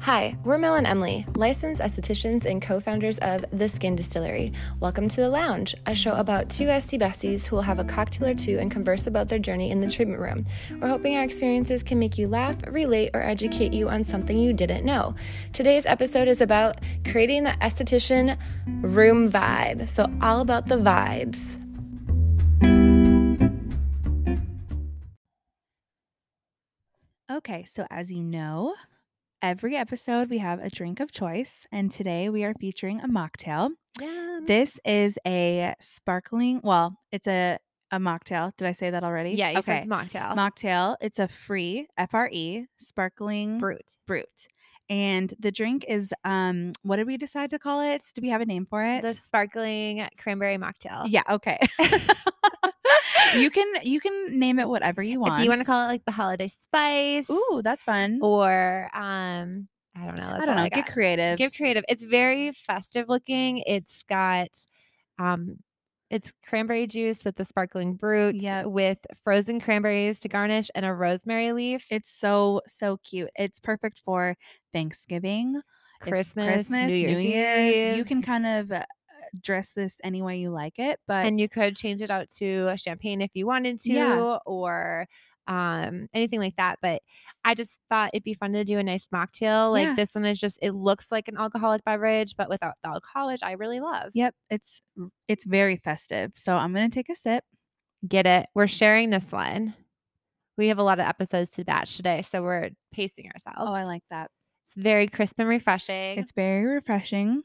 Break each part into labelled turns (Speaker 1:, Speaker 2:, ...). Speaker 1: Hi, we're Mel and Emily, licensed estheticians and co founders of The Skin Distillery. Welcome to The Lounge, a show about two SD besties who will have a cocktail or two and converse about their journey in the treatment room. We're hoping our experiences can make you laugh, relate, or educate you on something you didn't know. Today's episode is about creating the esthetician room vibe, so, all about the vibes.
Speaker 2: Okay, so as you know, every episode we have a drink of choice, and today we are featuring a mocktail. This is a sparkling, well, it's a a mocktail. Did I say that already?
Speaker 3: Yeah, you said
Speaker 2: okay.
Speaker 3: it's mocktail.
Speaker 2: mocktail. It's a free F R E sparkling
Speaker 3: Brute.
Speaker 2: brute. And the drink is um what did we decide to call it? Do we have a name for it?
Speaker 3: The sparkling cranberry mocktail.
Speaker 2: yeah, okay. you can you can name it whatever you want.
Speaker 3: If you want to call it like the holiday spice.
Speaker 2: Ooh, that's fun.
Speaker 3: Or um I don't know. That's
Speaker 2: Mm-hmm. I don't
Speaker 3: all
Speaker 2: know.
Speaker 3: got.
Speaker 2: get creative.
Speaker 3: Get creative. It's very festive looking. It's got um it's cranberry juice with the sparkling brute
Speaker 2: Yep.
Speaker 3: with frozen cranberries to garnish and a rosemary leaf.
Speaker 2: It's so so cute. It's perfect for Thanksgiving, it's
Speaker 3: Christmas,
Speaker 2: Christmas,
Speaker 3: New Year's, Eve.
Speaker 2: You can kind of uh, dress this any way you like it, but
Speaker 3: and you could change it out to a champagne if you wanted to
Speaker 2: Yeah.
Speaker 3: or um anything like that but i just thought it'd be fun to do a nice mocktail like
Speaker 2: Yeah.
Speaker 3: this one is just it looks like an alcoholic beverage but without the alcohol which i really love
Speaker 2: yep, it's r- it's very festive. So I'm gonna take a sip.
Speaker 3: get it we're sharing this one we have a lot of episodes to batch today so we're pacing ourselves
Speaker 2: Oh, I like that.
Speaker 3: it's very crisp and refreshing
Speaker 2: It's very refreshing.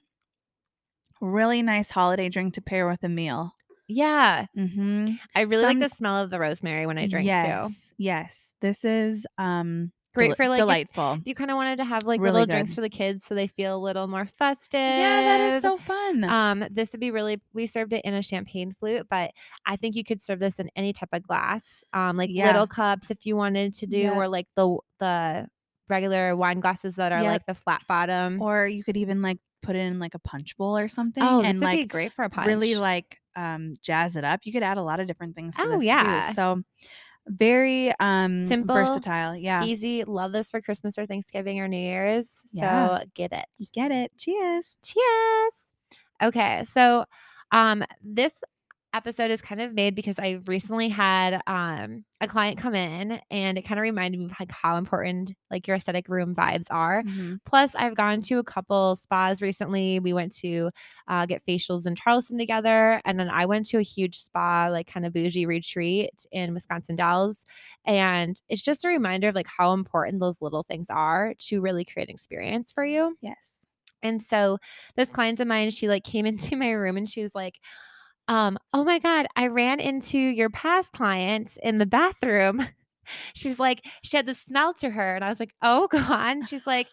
Speaker 2: Really nice holiday drink to pair with a meal.
Speaker 3: yeah
Speaker 2: Mm-hmm.
Speaker 3: i really like
Speaker 2: Some-
Speaker 3: the smell of the rosemary when i drink
Speaker 2: yes,
Speaker 3: too
Speaker 2: Yes, this is um
Speaker 3: Great
Speaker 2: deli-
Speaker 3: for, like, if-
Speaker 2: delightful.
Speaker 3: you kind of wanted to have like
Speaker 2: Really
Speaker 3: little drinks
Speaker 2: good.
Speaker 3: for the kids so they feel a little more festive
Speaker 2: Yeah, that is so fun.
Speaker 3: eh, Um, this would be really. We served it in a champagne flute, but I think you could serve this in any type of glass, um, like
Speaker 2: Yeah.
Speaker 3: little cups if you wanted to do,
Speaker 2: Yeah.
Speaker 3: or like the the regular wine glasses that are
Speaker 2: Yep.
Speaker 3: like the flat bottom.
Speaker 2: or you could even like put it in like a punch bowl or something
Speaker 3: oh, this
Speaker 2: and
Speaker 3: would
Speaker 2: like
Speaker 3: be great for a punch.
Speaker 2: really like um jazz it up you could add a lot of different things to
Speaker 3: Oh,
Speaker 2: this too.
Speaker 3: yeah.
Speaker 2: so very um
Speaker 3: Simple,
Speaker 2: versatile yeah
Speaker 3: easy. Love this for Christmas or Thanksgiving or New Year's.
Speaker 2: Yeah.
Speaker 3: So get it.
Speaker 2: get it cheers
Speaker 3: Cheers. Okay, so um this episode is kind of made because I recently had um a client come in and it kind of reminded me of like how important like your aesthetic room vibes are. Um, Plus, I've gone to a couple spas recently. We went to uh, get facials in Charleston together. And then I went to a huge spa, like kind of bougie retreat in Wisconsin Dells. And it's just a reminder of like how important those little things are to really create an experience for you.
Speaker 2: yes
Speaker 3: And so this client of mine, she like came into my room and she was like, um, oh my God, I ran into your past client in the bathroom. She's like, she had the smell to her. And I was like, oh God. She's like,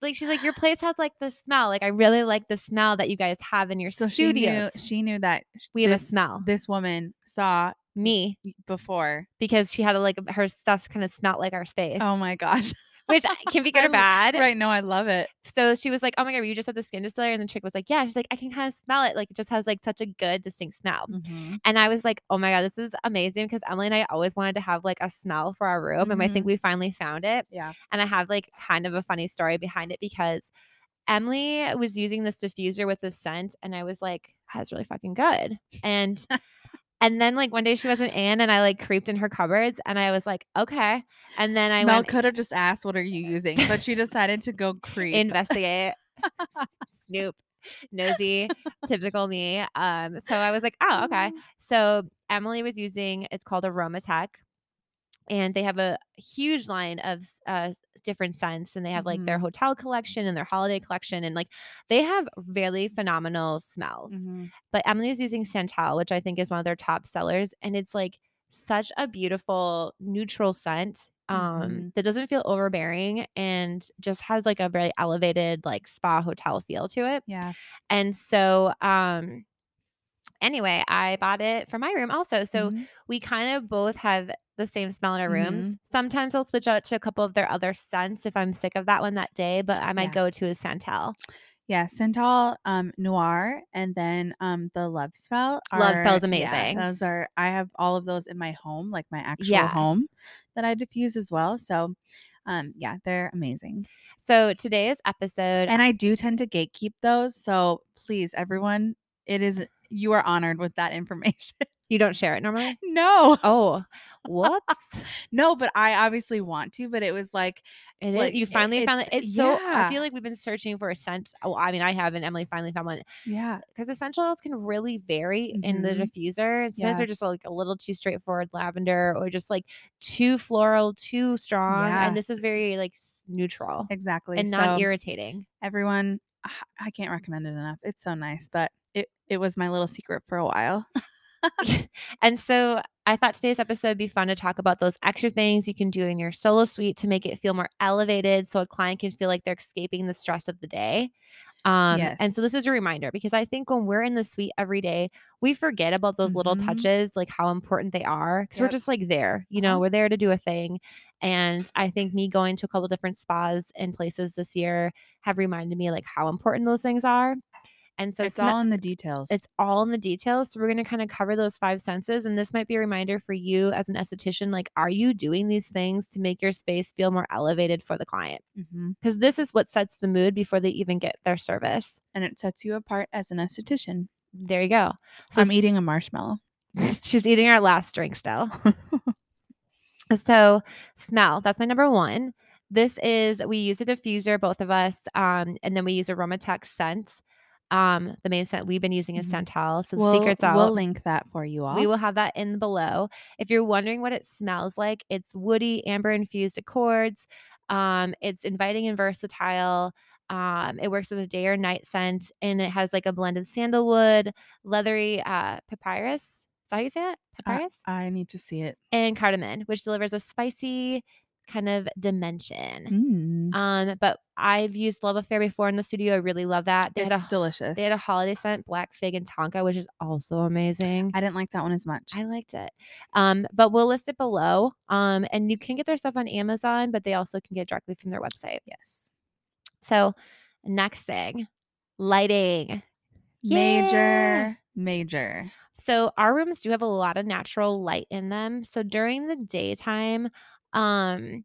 Speaker 3: like she's like, your place has like the smell. Like, I really like the smell that you guys have in your
Speaker 2: so
Speaker 3: studios.
Speaker 2: she knew she knew that sh-
Speaker 3: we have a
Speaker 2: this-
Speaker 3: smell.
Speaker 2: this woman saw
Speaker 3: Me,
Speaker 2: y- before
Speaker 3: because she had a, like her stuff kind of smelled like our space,
Speaker 2: oh my gosh
Speaker 3: which I- can be good
Speaker 2: I
Speaker 3: or
Speaker 2: l-
Speaker 3: bad.
Speaker 2: right no i love it
Speaker 3: So she was like, "Oh my god, were you just at the skin distillery?" And the chick was like, "Yeah." She's like, "I can kind of smell it. Like it just has like such a good distinct smell."
Speaker 2: Mm-hmm.
Speaker 3: And I was like, "Oh my god, this is amazing!" Because Emily and I always wanted to have like a smell for our room, and I think we finally found it.
Speaker 2: Yeah.
Speaker 3: And I have like kind of a funny story behind it because Emily was using this diffuser with this scent, and I was like, "That's really fucking good." And and then like one day she wasn't in, and I like creeped in her cupboards, and I was like, "Okay." And then I
Speaker 2: Mel
Speaker 3: went
Speaker 2: could have just asked, "What are you using?" But she decided to go creep.
Speaker 3: investigate. Snoop, nosy, typical me. Um, so I was like, oh,
Speaker 2: Mm-hmm.
Speaker 3: okay. So Emily was using it's called Aromatech, and they have a huge line of s- uh, different scents, and they have like their hotel collection and their holiday collection, and like they have really phenomenal smells.
Speaker 2: Mhm.
Speaker 3: But Emily is using Santal, which I think is one of their top sellers, and it's like such a beautiful neutral scent um
Speaker 2: Mhm.
Speaker 3: that doesn't feel overbearing and just has like a very elevated like spa hotel feel to it
Speaker 2: Yeah.
Speaker 3: and so um anyway i bought it for my room also so
Speaker 2: Mhm.
Speaker 3: we kind of both have the same smell in our
Speaker 2: Mm-hmm.
Speaker 3: rooms sometimes i'll switch out to a couple of their other scents if i'm sick of that one that day but i might
Speaker 2: Yeah.
Speaker 3: go to a santel
Speaker 2: Yeah, Santal um, Noir and then um, the Love Spell.
Speaker 3: Love Spell is
Speaker 2: are- yeah,
Speaker 3: amazing.
Speaker 2: those are I have all of those in my home, like my actual
Speaker 3: Yeah.
Speaker 2: home that I diffuse as well. So Um, yeah, they're amazing.
Speaker 3: So today's episode,
Speaker 2: And I do tend to gatekeep those. So please, everyone, it is you are honored with that information.
Speaker 3: you don't share it normally.
Speaker 2: no,
Speaker 3: Oh, whoops!
Speaker 2: no, but I obviously want to, but it was like,
Speaker 3: It is-
Speaker 2: Like,
Speaker 3: you
Speaker 2: it-
Speaker 3: finally found it.
Speaker 2: it's-
Speaker 3: It's so. I
Speaker 2: yeah.
Speaker 3: feel like we've been searching for a scent. Well, I mean, I have, and Emily finally found one
Speaker 2: yeah,
Speaker 3: because essential oils can really vary in the
Speaker 2: Mhm.
Speaker 3: diffuser. and Sometimes
Speaker 2: Yeah.
Speaker 3: they're just like a little too straightforward lavender, or just like too floral, too strong.
Speaker 2: Yeah.
Speaker 3: And this is very like s- neutral
Speaker 2: exactly.
Speaker 3: and
Speaker 2: so
Speaker 3: not irritating.
Speaker 2: everyone, ah, I can't recommend it enough. It's so nice, but it, it was my little secret for a while.
Speaker 3: And so I thought today's episode would be fun to talk about those extra things you can do in your solo suite to make it feel more elevated so a client can feel like they're escaping the stress of the day. Um, And so this is a reminder because I think when we're in the suite every day, we forget about those little
Speaker 2: Mhm.
Speaker 3: touches, like how important they are because we're
Speaker 2: Yep.
Speaker 3: just like there, you know,
Speaker 2: Uh-huh.
Speaker 3: we're there to do a thing. And I think me going to a couple different spas and places this year have reminded me like how important those things are. And so
Speaker 2: it's,
Speaker 3: not-
Speaker 2: all in the details.
Speaker 3: it's all in the details. So we're going to kind of cover those five senses. And this might be a reminder for you as an esthetician like, are you doing these things to make your space feel more elevated for the client?
Speaker 2: Mhm.
Speaker 3: Because this is what sets the mood before they even get their service.
Speaker 2: and it sets you apart as an esthetician.
Speaker 3: There you go. So
Speaker 2: I'm
Speaker 3: s-
Speaker 2: eating a marshmallow.
Speaker 3: She's eating our last drink still. So, smell, that's my number one. This is, we use a diffuser, both of us, um, and then we use Aromatech scents. Um, the main scent we've been using is
Speaker 2: Mhm.
Speaker 3: Centel. So, the
Speaker 2: we'll,
Speaker 3: secret's out.
Speaker 2: we'll link that for you all.
Speaker 3: We will have that in below. If you're wondering what it smells like, it's woody, amber infused accords. Um, it's inviting and versatile. Um, it works as a day or night scent, and it has like a blend of sandalwood, leathery uh, papyrus. Is that how you say that? Papyrus
Speaker 2: I need to see it.
Speaker 3: and cardamom, which delivers a spicy kind of dimension.
Speaker 2: Mm.
Speaker 3: Um, but I've used Love Affair before in the studio. I really love that. They
Speaker 2: It's
Speaker 3: had a
Speaker 2: delicious.
Speaker 3: they had a holiday scent, black fig and tonka, which is also amazing.
Speaker 2: I didn't like that one as much.
Speaker 3: I liked it. Um, but we'll list it below. Um, and you can get their stuff on Amazon, but they also can get directly from their website.
Speaker 2: yes.
Speaker 3: So, next thing, lighting. Yeah.
Speaker 2: Major, major.
Speaker 3: So our rooms do have a lot of natural light in them. So during the daytime, um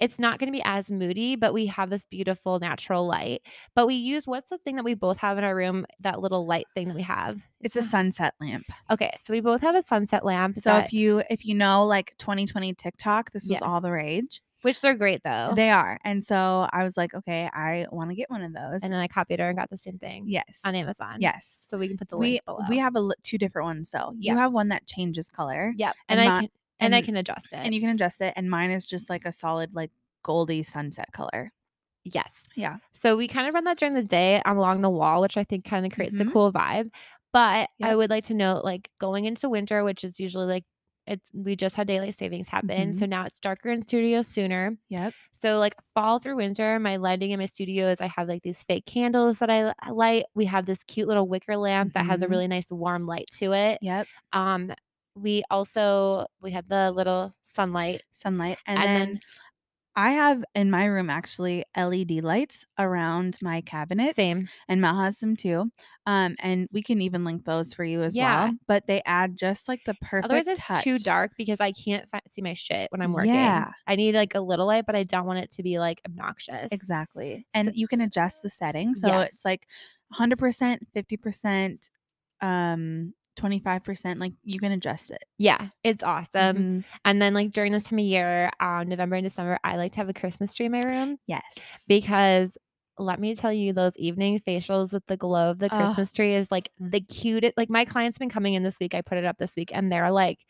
Speaker 3: it's not going to be as moody, but we have this beautiful natural light. But we use what's the thing that we both have in our room, that little light thing that we have?
Speaker 2: It's a sunset lamp.
Speaker 3: Okay, so we both have a sunset lamp.
Speaker 2: So if you if you know like 2020 TikTok, this was
Speaker 3: Yeah. Oh.
Speaker 2: all the rage.
Speaker 3: which they're great though.
Speaker 2: They are. And so I was like, okay, I want to get one of those.
Speaker 3: and then I copied her and got the same thing
Speaker 2: yes.
Speaker 3: on Amazon.
Speaker 2: Yes.
Speaker 3: So we can put the
Speaker 2: we
Speaker 3: link below.
Speaker 2: we have a li- two different ones. So you
Speaker 3: Yeah.
Speaker 2: have one that changes color
Speaker 3: Yep. And,
Speaker 2: and
Speaker 3: I
Speaker 2: not-
Speaker 3: can and, I
Speaker 2: and-
Speaker 3: can adjust it.
Speaker 2: and you can adjust it and mine is just like a solid like goldy sunset color.
Speaker 3: Yes.
Speaker 2: Yeah.
Speaker 3: So we kind of run that during the day along the wall, which I think kind of creates a
Speaker 2: Mhm.
Speaker 3: cool vibe. But I
Speaker 2: Yep.
Speaker 3: would like to note, like going into winter, which is usually like it's we just had daylight savings happen,
Speaker 2: Mm-hmm.
Speaker 3: so now it's darker in studio sooner.
Speaker 2: Yep.
Speaker 3: So like fall through winter, my lighting in my studio is I have like these fake candles that I l- light. We have this cute little wicker lamp that has a
Speaker 2: Mhm.
Speaker 3: really nice warm light to it.
Speaker 2: Yep.
Speaker 3: Um, we also we have the little sunlight,
Speaker 2: Sunlight and,
Speaker 3: and,
Speaker 2: then,
Speaker 3: then,
Speaker 2: I have in my room actually LED lights around my cabinet.
Speaker 3: same
Speaker 2: And Mel has them too. Um, and we can even link those for you as
Speaker 3: Yeah.
Speaker 2: well. But they add just like the perfect
Speaker 3: Otherwise, it's too
Speaker 2: touch.
Speaker 3: dark because I can't fi- see my shit when I'm working.
Speaker 2: Yeah.
Speaker 3: I need like a little light, but I don't want it to be like obnoxious.
Speaker 2: Exactly. And you can adjust the setting. So
Speaker 3: Yes.
Speaker 2: it's like 100%, 50%, um, 25%. Like you can adjust it.
Speaker 3: Yeah, it's awesome.
Speaker 2: Mhm.
Speaker 3: And then like during this time of year, um, November and December, I like to have a Christmas tree in my room
Speaker 2: Yes.
Speaker 3: because let me tell you, those evening facials with the glow of the
Speaker 2: Ugh. Mm.
Speaker 3: Christmas tree is like the cutest. Like my clients been coming in this week. I put it up this week, and they're like,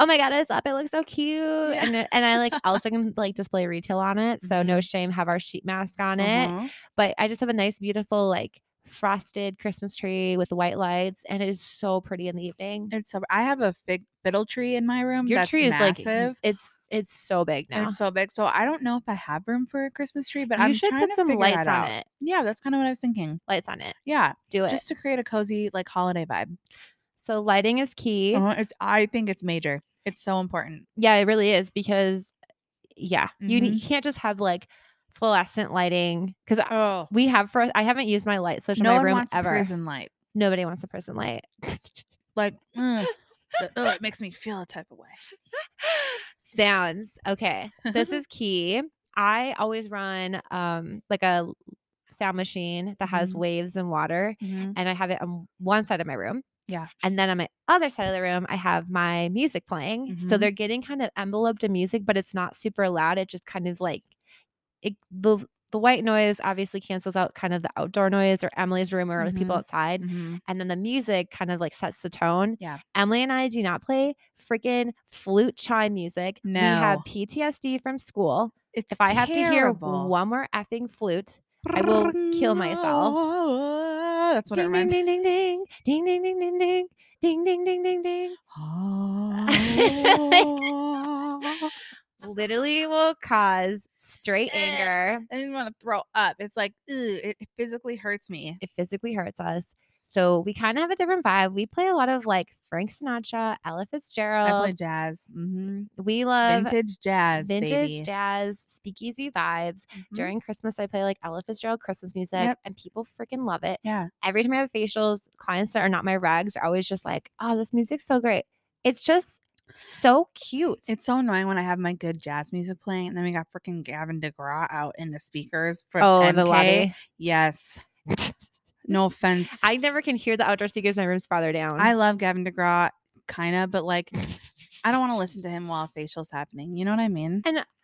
Speaker 3: "Oh my god, it's up! It looks so cute!"
Speaker 2: Yeah. Mm-hmm.
Speaker 3: And it- and I like also can like display retail on it, so no shame. Have our sheet mask on it.
Speaker 2: Uh-huh.
Speaker 3: but I just have a nice, beautiful, like frosted Christmas tree with white lights, and it is so pretty in the evening.
Speaker 2: It's so I have a fig fiddle tree in my room.
Speaker 3: Your
Speaker 2: that's
Speaker 3: tree is
Speaker 2: massive.
Speaker 3: like it's it's so big now.
Speaker 2: They're so big. So I don't know if I have room for a Christmas tree, but
Speaker 3: you
Speaker 2: I'm
Speaker 3: should
Speaker 2: trying
Speaker 3: put
Speaker 2: to
Speaker 3: some
Speaker 2: figure
Speaker 3: lights
Speaker 2: that
Speaker 3: on
Speaker 2: out.
Speaker 3: it.
Speaker 2: Yeah, that's kind of what I was thinking.
Speaker 3: Lights on it.
Speaker 2: Yeah,
Speaker 3: Do it.
Speaker 2: just to create a cozy like holiday vibe.
Speaker 3: so lighting is key.
Speaker 2: Uh, it's I think it's major. It's so important.
Speaker 3: Yeah, it really is because yeah, you ne-
Speaker 2: Mhm.
Speaker 3: you can't just have like fluorescent lighting because
Speaker 2: Oh,
Speaker 3: we have for I haven't used my light switch in
Speaker 2: no
Speaker 3: my
Speaker 2: one
Speaker 3: room
Speaker 2: wants
Speaker 3: ever.
Speaker 2: a prison light.
Speaker 3: Nobody wants a prison light.
Speaker 2: Like, ugh, the- oh, ugh, it makes me feel a type of way.
Speaker 3: Sounds okay. This is key. I always run um like a l- sound machine that has
Speaker 2: Mhm.
Speaker 3: waves and water
Speaker 2: Mhm.
Speaker 3: and I have it on one side of my room.
Speaker 2: Yeah.
Speaker 3: And then on my other side of the room, I have my music playing. So
Speaker 2: Mhm.
Speaker 3: they're getting kind of enveloped in music, but it's not super loud. It just kind of like it, the the white noise obviously cancels out kind of the outdoor noise or Emily's room or the people
Speaker 2: Mhm.
Speaker 3: outside.
Speaker 2: Mhm.
Speaker 3: And then the music kind of like sets the tone.
Speaker 2: Yeah.
Speaker 3: Emily and I do not play freaking flute chime music. We have
Speaker 2: No.
Speaker 3: PTSD from school.
Speaker 2: It's
Speaker 3: If I have to hear
Speaker 2: terrible.
Speaker 3: one more effing flute, I will kill myself.
Speaker 2: That's what it
Speaker 3: ding,
Speaker 2: reminds me.
Speaker 3: ding, ding, ding, ding, ding, ding, ding, ding, ding, ding, ding, ding, ding.
Speaker 2: Oh.
Speaker 3: literally will cause
Speaker 2: Eh.
Speaker 3: straight anger.
Speaker 2: I just want to throw up. It's like, ew, it it physically hurts me.
Speaker 3: It physically hurts us. So we kind of have a different vibe. We play a lot of like Frank Sinatra, Ella Fitzgerald.
Speaker 2: I play jazz. hmm
Speaker 3: we love
Speaker 2: Vintage jazz.
Speaker 3: Um, uh, vintage
Speaker 2: baby.
Speaker 3: jazz, speakeasy vibes.
Speaker 2: Mhm.
Speaker 3: During Christmas, I play like Ella Fitzgerald Christmas music,
Speaker 2: Yep.
Speaker 3: and people freaking love it.
Speaker 2: Yeah.
Speaker 3: Every time I have facials, clients that are not my rags are always just like, "Oh, this music's so great." It's just so cute.
Speaker 2: It's so annoying when I have my good jazz music playing, and then we got freaking Gavin DeGraw out in the speakers for
Speaker 3: oh,
Speaker 2: MK.
Speaker 3: the lobby.
Speaker 2: Yes. No offense. I,
Speaker 3: I never can hear the outdoor speakers in my room's farther down.
Speaker 2: love Gavin DeGraw, kind of, but like, I don't want to listen to him while a facial's happening. You know what I mean?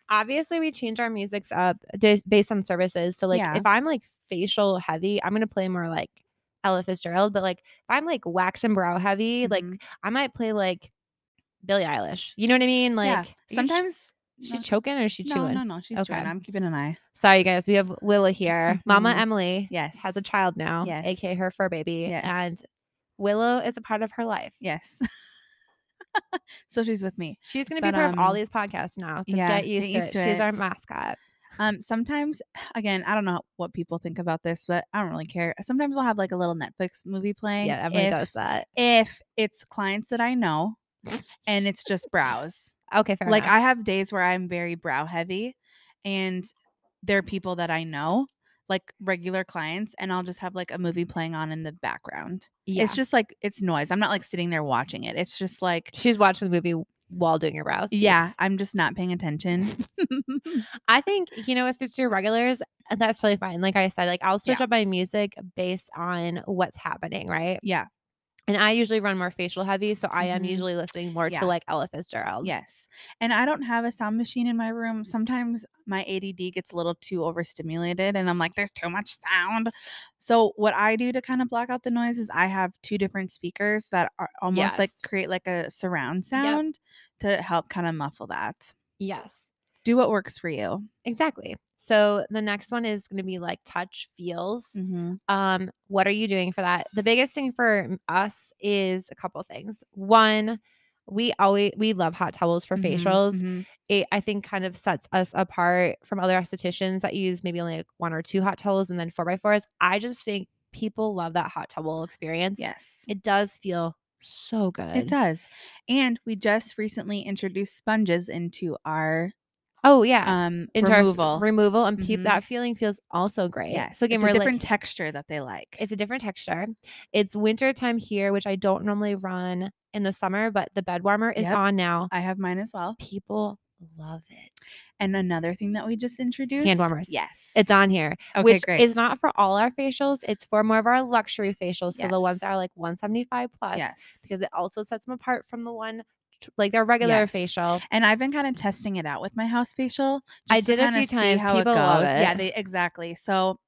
Speaker 3: obviously we change our musics up dis- based on services. So like
Speaker 2: Yeah.
Speaker 3: if I'm like facial heavy, I'm gonna play more like Ella Fitzgerald. But like if I'm like wax and brow heavy, like
Speaker 2: Mhm.
Speaker 3: I might play like Billie Eilish. You know what I mean? Like
Speaker 2: Yeah,
Speaker 3: are you ch-
Speaker 2: sometimes
Speaker 3: is
Speaker 2: no,
Speaker 3: she choking or is she
Speaker 2: no,
Speaker 3: chewing.
Speaker 2: No, no, she's chewing.
Speaker 3: Okay.
Speaker 2: I'm keeping an eye.
Speaker 3: Sorry guys, we have Willa here. Mama
Speaker 2: Mhm.
Speaker 3: Emily
Speaker 2: Yes,
Speaker 3: has a child now, aka
Speaker 2: Yes.
Speaker 3: her fur baby,
Speaker 2: Yes.
Speaker 3: and Willow is a part of her life.
Speaker 2: yes. so she's with me.
Speaker 3: She's gonna
Speaker 2: But,
Speaker 3: be part of all
Speaker 2: um,
Speaker 3: these podcasts now. So
Speaker 2: yeah,
Speaker 3: get used,
Speaker 2: get used
Speaker 3: to, it.
Speaker 2: to
Speaker 3: She's our
Speaker 2: it.
Speaker 3: mascot.
Speaker 2: Um, sometimes, again, I don't know what people think about this, but I don't really care. Sometimes I'll have like a little Netflix movie playing.
Speaker 3: Yeah, Emily
Speaker 2: if,
Speaker 3: does that.
Speaker 2: If it's clients that I know, and it's just brows.
Speaker 3: Okay, fair
Speaker 2: like
Speaker 3: enough.
Speaker 2: I have days where I'm very brow heavy, and they're people that I know, like regular clients, and I'll just have like a movie playing on in the background.
Speaker 3: yeah.
Speaker 2: It's just like it's noise. I'm not like sitting there watching it. It's just like
Speaker 3: She's watching the movie while doing her brows.
Speaker 2: yeah, I'm just not paying attention.
Speaker 3: I think, you know, if it's your regulars, uh, that's totally fine. Like I said, like I'll switch
Speaker 2: Yeah.
Speaker 3: up my music based on what's happening, right?
Speaker 2: yeah.
Speaker 3: And I usually run more facial heavy, so I am
Speaker 2: Mhm.
Speaker 3: usually listening more
Speaker 2: Yeah.
Speaker 3: to like Ella Fitzgerald.
Speaker 2: Yes. And I don't have a sound machine in my room.
Speaker 3: Mm.
Speaker 2: Sometimes my ADD gets a little too overstimulated and I'm like, there's too much sound. So, what I do to kind of block out the noise is I have two different speakers that are almost like
Speaker 3: Yes.
Speaker 2: create like a surround sound to help kind of muffle that.
Speaker 3: Yes.
Speaker 2: Do what works for you.
Speaker 3: Exactly. So the next one is going to be like touch feels.
Speaker 2: Mm.
Speaker 3: Um what are you doing for that? The biggest thing for m- us is a couple things. One, we always we love hot towels for
Speaker 2: Mhm,
Speaker 3: facials.
Speaker 2: mhm.
Speaker 3: it I think kind of sets us apart from other estheticians that use maybe only like one or two hot towels and then four by fours. I just think people love that hot towel experience.
Speaker 2: Yes.
Speaker 3: It does feel so good.
Speaker 2: It does. And we just recently introduced sponges into our
Speaker 3: Oh yeah.
Speaker 2: um
Speaker 3: Into our f-
Speaker 2: removal.
Speaker 3: Removal and peep
Speaker 2: Mhm.
Speaker 3: that feeling feels also great.
Speaker 2: yes.
Speaker 3: So again,
Speaker 2: it's
Speaker 3: we're
Speaker 2: a
Speaker 3: like-
Speaker 2: different texture that they like.
Speaker 3: it's a different texture. It's winter time here, which I don't normally run in the summer, but the bed warmer is
Speaker 2: Yep.
Speaker 3: on now.
Speaker 2: I have mine as well.
Speaker 3: People love it.
Speaker 2: And another thing that we just introduced
Speaker 3: warmers.
Speaker 2: Yes.
Speaker 3: It's on here.
Speaker 2: okay,
Speaker 3: which
Speaker 2: great.
Speaker 3: is not for all our facials. It's for more of our luxury facials. So the ones that
Speaker 2: Yes.
Speaker 3: are like 175 plus.
Speaker 2: Yes.
Speaker 3: Because it also sets them apart from the one t- like their regular
Speaker 2: Yes.
Speaker 3: facial.
Speaker 2: And I've been kind of testing it out with my house facial.
Speaker 3: I
Speaker 2: just to
Speaker 3: did a
Speaker 2: kinda
Speaker 3: few
Speaker 2: see
Speaker 3: times.
Speaker 2: How
Speaker 3: People
Speaker 2: it goes.
Speaker 3: love
Speaker 2: Yeah,
Speaker 3: it.
Speaker 2: they exactly. So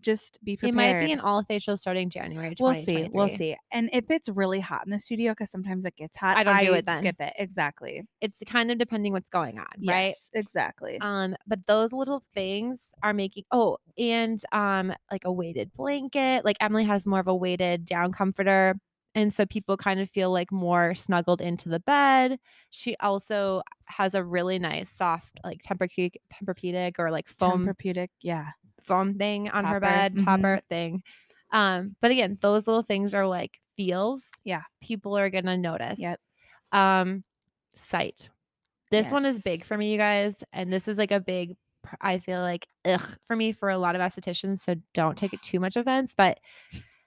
Speaker 2: just be
Speaker 3: It
Speaker 2: prepared.
Speaker 3: might be an all facials starting January.
Speaker 2: We'll see. We'll
Speaker 3: 2023.
Speaker 2: see. And if it's really hot in the studio, because sometimes it gets hot,
Speaker 3: I don't do it then.
Speaker 2: Skip it. Exactly.
Speaker 3: It's kind of depending what's going on, right?
Speaker 2: Yes. Exactly.
Speaker 3: Um, but those little things are making oh, and um, like a weighted blanket. Like Emily has more of a weighted down comforter, and so people kind of feel like more snuggled into the bed. She also has a really nice soft like Tempur-Pedic, Tempur-Pedic or like foam
Speaker 2: Tempur-Pedic. Yeah.
Speaker 3: foam thing on her
Speaker 2: Topper,
Speaker 3: bed,
Speaker 2: mhm.
Speaker 3: topper thing. Um, but again, those little things are like feels.
Speaker 2: Yeah.
Speaker 3: people are gonna notice.
Speaker 2: Yep.
Speaker 3: Um, sight. This one is
Speaker 2: Yes.
Speaker 3: big for me, you guys, and this is like a big. pr- I feel like ugh for me for a lot of estheticians, so don't take it too much offense. But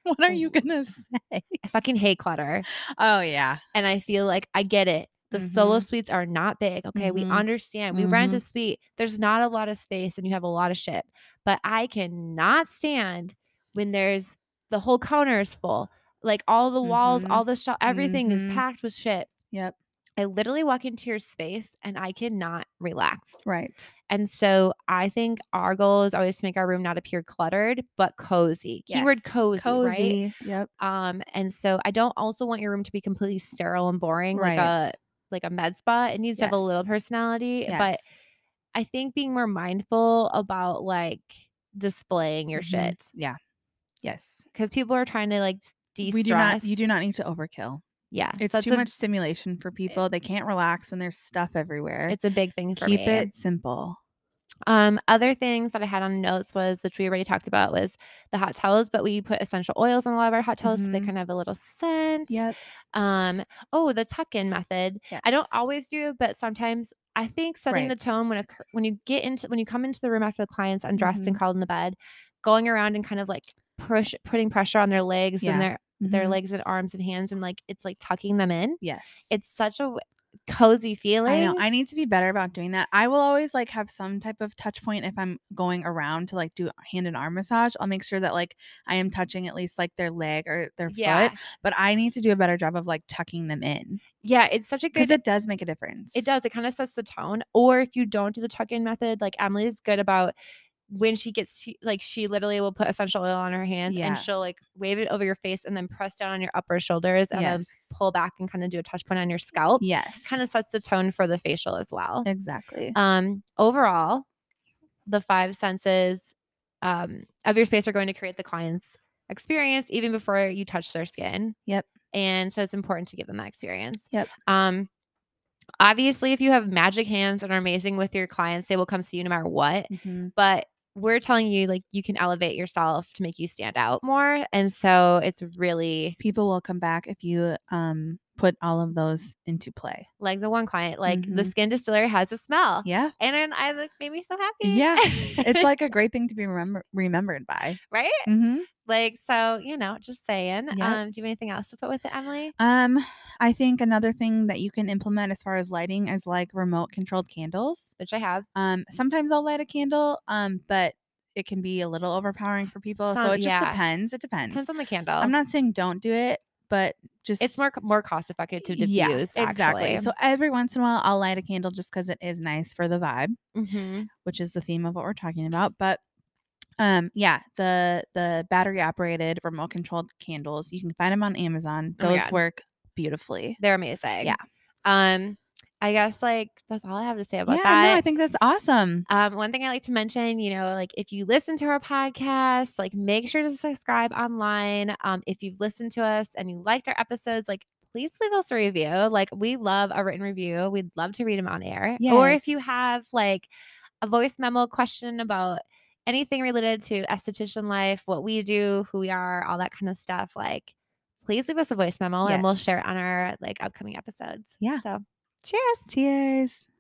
Speaker 2: What are you gonna say?
Speaker 3: I fucking hate clutter,
Speaker 2: Oh yeah.
Speaker 3: and I feel like I get it. The solo
Speaker 2: Mhm.
Speaker 3: suites are not big. Okay. We
Speaker 2: Mhm.
Speaker 3: understand. We rent a suite. There's not a lot of space and you have a lot of shit. But I cannot stand when there's the whole counter is full. Like all the walls, all the shelf, everything
Speaker 2: Mhm.
Speaker 3: is packed with shit.
Speaker 2: Yep.
Speaker 3: I literally walk into your space and I cannot relax.
Speaker 2: Right.
Speaker 3: And so I think our goal is always to make our room not appear cluttered, but cozy. Keyword
Speaker 2: Yes.
Speaker 3: cozy, right?
Speaker 2: Yep.
Speaker 3: Um, and so I don't also want your room to be completely sterile and boring,
Speaker 2: Right.
Speaker 3: like a like a med spa. It needs to have a little
Speaker 2: Yes.
Speaker 3: personality, but
Speaker 2: Yes.
Speaker 3: I think being more mindful about like displaying your
Speaker 2: Mhm.
Speaker 3: shit
Speaker 2: Yeah. Yes.
Speaker 3: because people are trying to like de-stress.
Speaker 2: We do not. You do not need to overkill.
Speaker 3: Yeah,
Speaker 2: It's
Speaker 3: that's
Speaker 2: too
Speaker 3: a-
Speaker 2: much stimulation for people. They can't relax when there's stuff everywhere.
Speaker 3: It's a big thing for
Speaker 2: keep
Speaker 3: me.
Speaker 2: it simple.
Speaker 3: Um, other things that I had on notes was, which we already talked about, was the hot towels, but we put essential oils on a lot of our hot towels, so they
Speaker 2: Mhm.
Speaker 3: kind of have a little scent.
Speaker 2: Yep.
Speaker 3: Um, oh, the tuck in method. I don't always do it, but sometimes I think setting
Speaker 2: Right.
Speaker 3: the tone when a, cur- when you get into when you come into the room after the clients undressed
Speaker 2: Mm-hmm.
Speaker 3: and crawled in the bed, going around and kind of like push putting pressure on their legs
Speaker 2: Yeah.
Speaker 3: and their their
Speaker 2: Mhm.
Speaker 3: legs and arms and hands, and like it's like tucking them in.
Speaker 2: Yes.
Speaker 3: It's such a w- cozy feeling.
Speaker 2: I know. I need to be better about doing that. I will always like have some type of touch point if I'm going around to like do hand and arm massage. I'll make sure that like I am touching at least like their leg or their
Speaker 3: yeah,
Speaker 2: foot. But I need to do a better job of like tucking them in
Speaker 3: yeah, it's such a good
Speaker 2: because it does make a difference.
Speaker 3: It does. It kind of sets the tone. Or if you don't do the tuck in method, like Emily is good about when she gets she, like she literally will put essential oil on her hands
Speaker 2: Yeah.
Speaker 3: and she'll like wave it over your face and then press down on your upper shoulders and then
Speaker 2: Yes.
Speaker 3: pull back and kind of do a touch point on your scalp.
Speaker 2: Yes.
Speaker 3: Kind of sets the tone for the facial as well.
Speaker 2: exactly.
Speaker 3: Um overall, the five senses um of your space are going to create the client's experience even before you touch their skin.
Speaker 2: Yep.
Speaker 3: And so it's important to give them that experience.
Speaker 2: Yep.
Speaker 3: Um, obviously, if you have magic hands and are amazing with your clients, they will come see you no matter what.
Speaker 2: Mhm.
Speaker 3: But we're telling you, like, you can elevate yourself to make you stand out more. And so it's really
Speaker 2: People will come back if you um put all of those into play.
Speaker 3: like the one client, like the
Speaker 2: Mhm.
Speaker 3: skin distiller has a smell.
Speaker 2: Yeah.
Speaker 3: And then I like made me so happy.
Speaker 2: Yeah. It's like a great thing to be remember- remembered by.
Speaker 3: right?
Speaker 2: Mm-hmm.
Speaker 3: Like, so, you know, just saying.
Speaker 2: Yep.
Speaker 3: Um, do you have anything else to put with it, Emily?
Speaker 2: Um, I think another thing that you can implement as far as lighting is like remote controlled candles.
Speaker 3: Which I have.
Speaker 2: Um, sometimes I'll light a candle, um, but it can be a little overpowering for people. so
Speaker 3: Some-
Speaker 2: it just
Speaker 3: yeah.
Speaker 2: depends. It depends.
Speaker 3: Depends on the candle.
Speaker 2: I'm not saying don't do it, but just
Speaker 3: it's more more cost effective to diffuse.
Speaker 2: yeah,
Speaker 3: actually.
Speaker 2: exactly. So every once in a while, I'll light a candle just because it is nice for the vibe,
Speaker 3: Mhm.
Speaker 2: which is the theme of what we're talking about. But um, yeah, the the battery operated remote controlled candles you can find them on Amazon.
Speaker 3: Oh my
Speaker 2: Those
Speaker 3: God.
Speaker 2: work beautifully.
Speaker 3: They're amazing.
Speaker 2: Yeah.
Speaker 3: Um, I guess like that's all I have to say about
Speaker 2: yeah,
Speaker 3: that.
Speaker 2: no, I think that's awesome.
Speaker 3: um, one thing I like to mention, you know, like if you listen to our podcast, like make sure to subscribe online. Um, if you've listened to us and you liked our episodes, like please leave us a review. Like we love a written review. We'd love to read them on air. Or if you
Speaker 2: Yes.
Speaker 3: have like a voice memo question about anything related to esthetician life, what we do, who we are, all that kind of stuff, like please leave us a voice memo and we'll
Speaker 2: Yes.
Speaker 3: share it on our like upcoming episodes.
Speaker 2: Yeah.
Speaker 3: So cheers.
Speaker 2: Cheers.